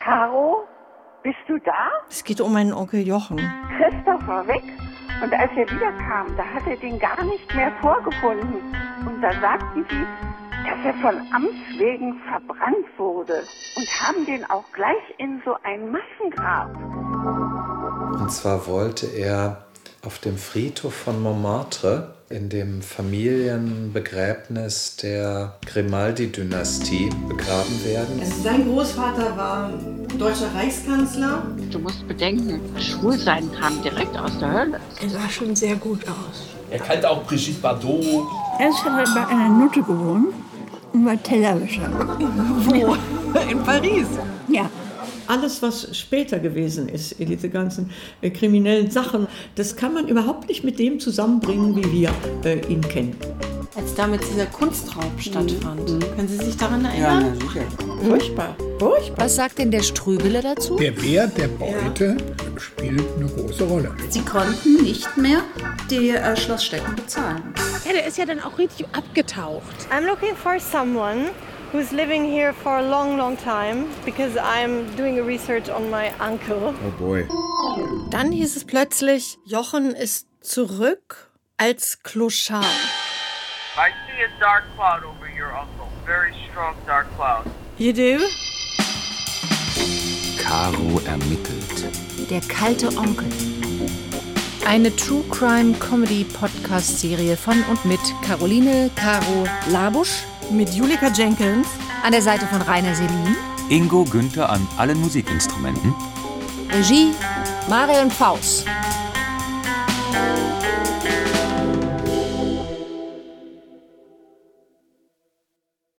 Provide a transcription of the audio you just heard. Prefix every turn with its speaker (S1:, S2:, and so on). S1: Caro, bist du da?
S2: Es geht um meinen Onkel Jochen.
S1: Christoph war weg und als er wiederkam, da hat er den gar nicht mehr vorgefunden. Und da sagten sie, dass er von Amts wegen verbrannt wurde und haben den auch gleich in so ein Massengrab.
S3: Und zwar wollte er auf dem Friedhof von Montmartre in dem Familienbegräbnis der Grimaldi-Dynastie begraben werden.
S4: Also sein Großvater war deutscher Reichskanzler.
S5: Du musst bedenken, schwul sein kam direkt aus der Hölle.
S6: Er sah schon sehr gut aus.
S7: Er kannte auch Brigitte Bardot.
S8: Erst hat er bei einer Nutte gewohnt und war Tellerwäscher.
S4: Wo? In Paris.
S8: Ja,
S4: Alles, was später gewesen ist, diese ganzen äh, kriminellen Sachen, das kann man überhaupt nicht mit dem zusammenbringen, wie wir äh, ihn kennen.
S9: Als damals dieser Kunstraub stattfand. Können Sie sich daran erinnern?
S4: Furchtbar. Furchtbar.
S10: Was sagt denn der Strübele dazu?
S11: Der Wert der Beute spielt eine große Rolle.
S12: Sie konnten nicht mehr die äh, Schlossstecken bezahlen.
S13: Ja, der ist ja dann auch richtig abgetaucht.
S14: I'm looking for someone who's living here for a long, long time because I'm doing a research on my uncle.
S15: Oh boy.
S2: Dann hieß es plötzlich, Jochen ist zurück als Kloschar.
S16: I see a dark cloud over your uncle. Very strong dark cloud.
S2: You do?
S17: Caro ermittelt.
S10: Der kalte Onkel.
S18: Eine True Crime Comedy Podcast Serie von und mit Caroline Caro
S10: Labusch
S2: Mit Julika Jenkins.
S10: an der Seite von Rainer Selin.
S17: Ingo Günther an allen Musikinstrumenten.
S10: Regie Marion Faust.